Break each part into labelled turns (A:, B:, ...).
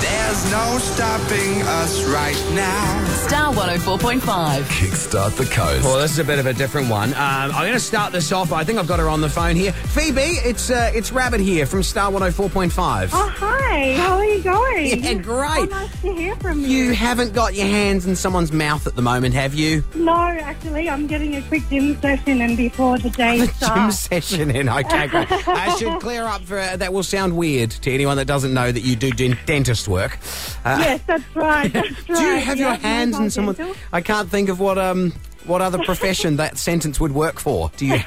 A: There's no stopping us right now.
B: Star 104.5.
C: Kickstart the coast.
D: Well, this is a bit of a different one. Um, I'm going to start this off. I think I've got her on the phone here. Phoebe, it's uh, it's Rabbit here from Star 104.5.
E: Oh, hi. How are you going?
D: Yeah, great.
E: So nice to hear from you.
D: You haven't got your hands in someone's mouth at the moment, have you?
E: No, actually, I'm getting a quick gym session and before the day
D: Gym
E: starts.
D: session in. Okay, great. I should clear up for uh, that. Will sound weird to anyone that doesn't know that you do den- dentist work. Uh,
E: Yes, that's right. That's right.
D: Do you have your
E: Yeah,
D: hands in
E: my
D: someone's?
E: dental.
D: I can't think of what um what other profession that sentence would work for. Do you?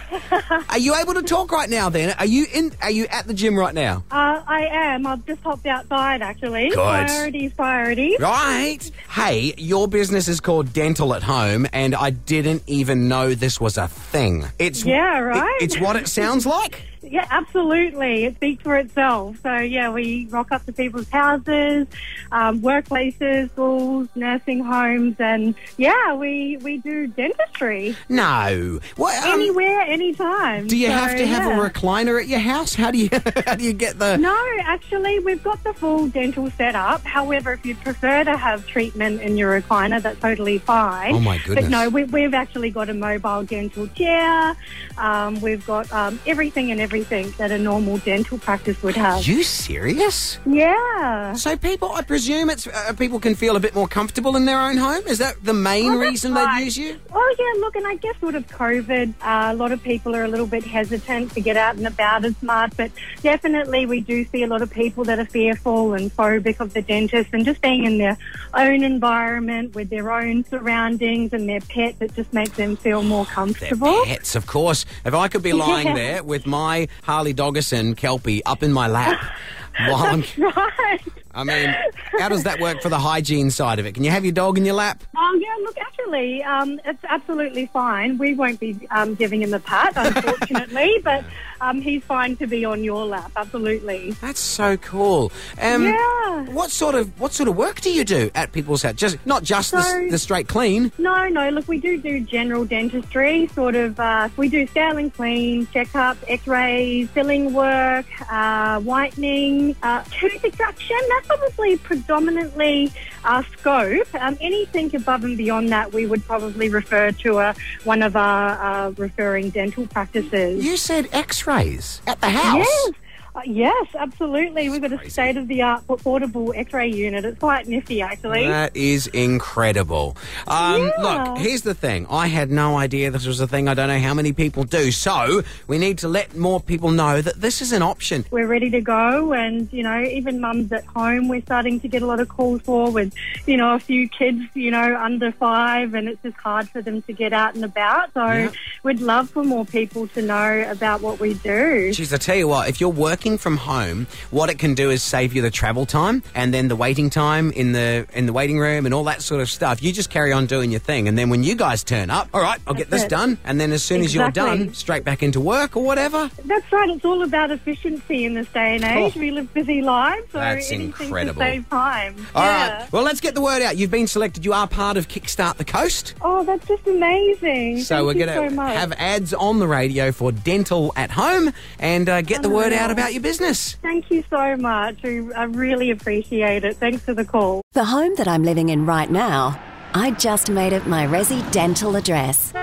D: Are you able to talk right now? Then are you in? Are you at the gym right now?
E: Uh, I am. I've just hopped outside, actually.
D: Good.
E: Priorities, priorities.
D: Right. Hey, your business is called Dental at Home, and I didn't even know this was a thing. It's
E: Yeah, right.
D: it- it's what it sounds like.
E: Yeah, absolutely. It speaks for itself. So, yeah, we rock up to people's houses, um, workplaces, schools, nursing homes, and yeah, we, we do dentistry
D: No. What? um,
E: anywhere, anytime.
D: do you
E: So,
D: have to have
E: yeah.
D: a recliner at your house? How do you how do you get the?
E: No, actually, we've got the full dental setup. However, if you prefer to have treatment in your recliner, that's totally fine.
D: Oh, my goodness.
E: But no, we, we've actually got a mobile dental chair. Um, we've got um, everything and everything that a normal dental practice would have.
D: You serious?
E: yeah.
D: So people, I presume it's uh, people can feel a bit more comfortable in their own home. Is that the main
E: Oh, that's
D: reason
E: right.
D: they'd use you?
E: Oh yeah, look, and I guess sort of COVID, uh, a lot of people are a little bit hesitant to get out and about as much, but definitely we do see a lot of people that are fearful and phobic of the dentist and just being in their own environment with their own surroundings and their pet that just makes them feel more
D: They're
E: comfortable.
D: pets, of course. If I could be lying there with my Harley Doggerson Kelpie up in my lap while I'm.
E: Right.
D: I mean, how does that work for the hygiene side of it? Can you have your dog in your lap?
E: Oh yeah, look, actually, um, it's absolutely fine. We won't be um, giving him a pat, unfortunately, but um, he's fine to be on your lap, absolutely.
D: That's so cool. Um,
E: Yeah.
D: What sort of what sort of work do you do at people's house? Just not just the,
E: So-
D: the straight clean.
E: No, no. Look, we do do general dentistry, sort of. Uh, we do scale and clean, checkup, X-rays, filling work, uh, whitening, uh, tooth extraction. That's probably predominantly our scope. Um, anything above and beyond that, we would probably refer to a, one of our uh, referring dental practices.
D: You said X-rays at the house.
E: Yes. Uh, yes, absolutely. We've got a state-of-the-art portable X-ray unit. It's quite nifty, actually.
D: That is incredible. Um,
E: Yeah.
D: Look, here's the thing. I had no idea this was a thing. I don't know how many people do. So we need to let more people know that this is an option.
E: we're ready to go and you know even mums at home we're starting to get a lot of calls for with you know a few kids you know under five and it's just hard for them to get out and about so
D: Yeah.
E: we'd love for more people to know about what we do
D: Jeez, I tell you what, if you're working from home, what it can do is save you the travel time and then the waiting time in the in the waiting room and all that sort of stuff. You just carry on doing your thing, and then when you guys turn up, all right, I'll get
E: That's
D: this
E: it.
D: done, and then as soon as you're
E: Exactly.
D: done, straight back into work or whatever.
E: that's right it's all about efficiency in this day and age we live busy lives so
D: Oh. That's
E: anything
D: incredible.
E: to save time
D: All right.
E: Yeah.
D: Well, let's get the word out. You've been selected. You are part of Kickstart the Coast.
E: oh that's just amazing
D: So
E: Thank
D: we're
E: you
D: going to
E: so much.
D: have ads on the radio for dental at home and uh, get the
E: Oh,
D: word out about your business.
E: Thank you so much. We- I really appreciate it. Thanks for the call.
B: The home that I'm living in right now, I just made it my Resi dental address.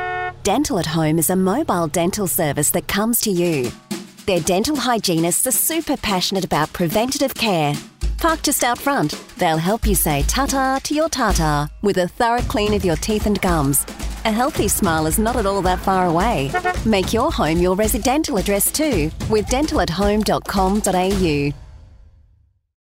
B: Dental at Home is a mobile dental service that comes to you. Their dental hygienists are super passionate about preventative care. Park just out front, they'll help you say ta-ta to your ta-ta with a thorough clean of your teeth and gums. A healthy smile is not at all that far away. Make your home your residential address too with dentalathome.com.au.